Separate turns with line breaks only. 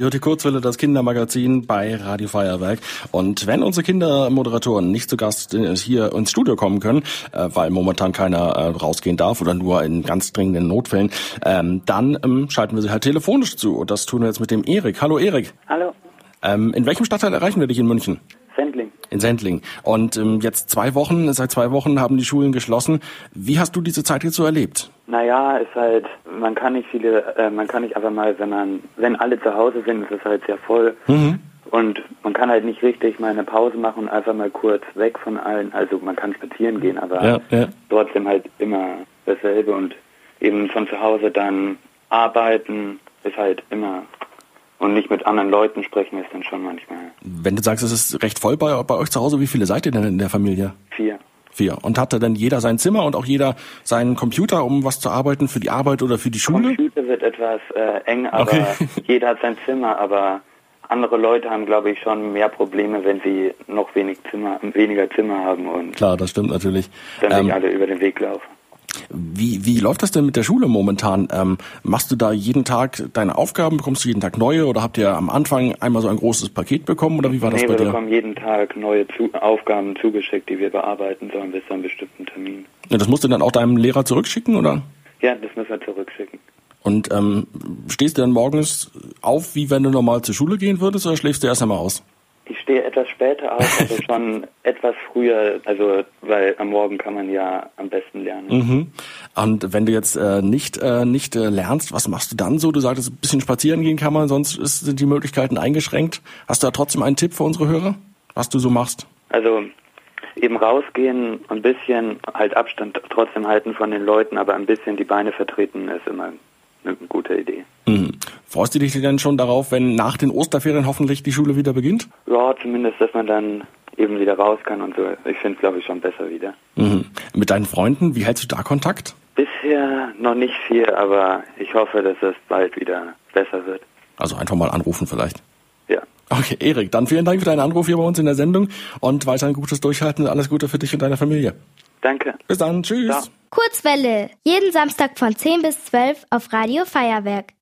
Jürgen Kurzwille, das Kindermagazin bei Radio Feuerwerk. Und wenn unsere Kindermoderatoren nicht zu Gast äh, hier ins Studio kommen können, äh, weil momentan keiner äh, rausgehen darf oder nur in ganz dringenden Notfällen, ähm, dann ähm, schalten wir sie halt telefonisch zu. Und das tun wir jetzt mit dem Erik. Hallo Erik.
Hallo,
Ähm, in welchem Stadtteil erreichen wir dich in München?
Sendling.
In Sendling. Und ähm, jetzt zwei Wochen, seit zwei Wochen haben die Schulen geschlossen. Wie hast du diese Zeit jetzt so erlebt?
Naja, ist halt, man kann nicht viele, äh, man kann nicht einfach mal, wenn man, wenn alle zu Hause sind, ist es halt sehr voll.
Mhm.
Und man kann halt nicht richtig mal eine Pause machen und einfach mal kurz weg von allen. Also man kann spazieren gehen, aber
Ja, ja.
trotzdem halt immer dasselbe und eben von zu Hause dann arbeiten ist halt immer und nicht mit anderen Leuten sprechen ist dann schon manchmal
Wenn du sagst, es ist recht voll bei, bei euch zu Hause, wie viele seid ihr denn in der Familie?
vier.
Vier. Und hatte dann jeder sein Zimmer und auch jeder seinen Computer, um was zu arbeiten, für die Arbeit oder für die Schule?
Computer wird etwas äh, eng, aber
Okay.
jeder hat sein Zimmer, aber andere Leute haben, glaube ich, schon mehr Probleme, wenn sie noch wenig Zimmer, weniger Zimmer haben und
Klar, das stimmt natürlich.
dann nicht
Ähm,
alle über den Weg laufen.
wie, wie läuft das denn mit der Schule momentan? Ähm, machst du da jeden Tag deine Aufgaben? Bekommst du jeden Tag neue? Oder habt ihr am Anfang einmal so ein großes Paket bekommen? Oder wie war das
Nee,
bei
wir
dir?
bekommen jeden Tag neue zu Aufgaben zugeschickt, die wir bearbeiten sollen bis zu einem bestimmten Termin.
Ja, das musst du dann auch deinem Lehrer zurückschicken, oder?
Ja, das müssen wir zurückschicken.
Und ähm, stehst du dann morgens auf, wie wenn du normal zur Schule gehen würdest, oder schläfst du erst einmal aus?
Ich stehe etwas später auf, also schon etwas früher, also weil am Morgen kann man ja am besten lernen.
Mhm. Und wenn du jetzt äh, nicht, äh, nicht äh, lernst, was machst du dann so? Du sagtest, ein bisschen spazieren gehen kann man, sonst ist, sind die Möglichkeiten eingeschränkt. Hast du da trotzdem einen Tipp für unsere Hörer, was du so machst?
Also eben rausgehen, ein bisschen halt Abstand trotzdem halten von den Leuten, aber ein bisschen die Beine vertreten ist immer eine gute Idee.
Mhm. Freust du dich denn schon darauf, wenn nach den Osterferien hoffentlich die Schule wieder beginnt?
Ja, zumindest, dass man dann eben wieder raus kann und so. Ich finde es, glaube ich, schon besser wieder.
Mhm. Mit deinen Freunden, wie hältst du da Kontakt?
Bisher noch nicht viel, aber ich hoffe, dass es bald wieder besser wird.
Also einfach mal anrufen vielleicht.
Ja.
Okay, Erik, dann vielen Dank für deinen Anruf hier bei uns in der Sendung und weiterhin gutes Durchhalten und alles Gute für dich und deine Familie.
Danke.
Bis dann, tschüss.
Ciao.
Kurzwelle. Jeden Samstag von 10 bis 12 auf Radio Feuerwerk.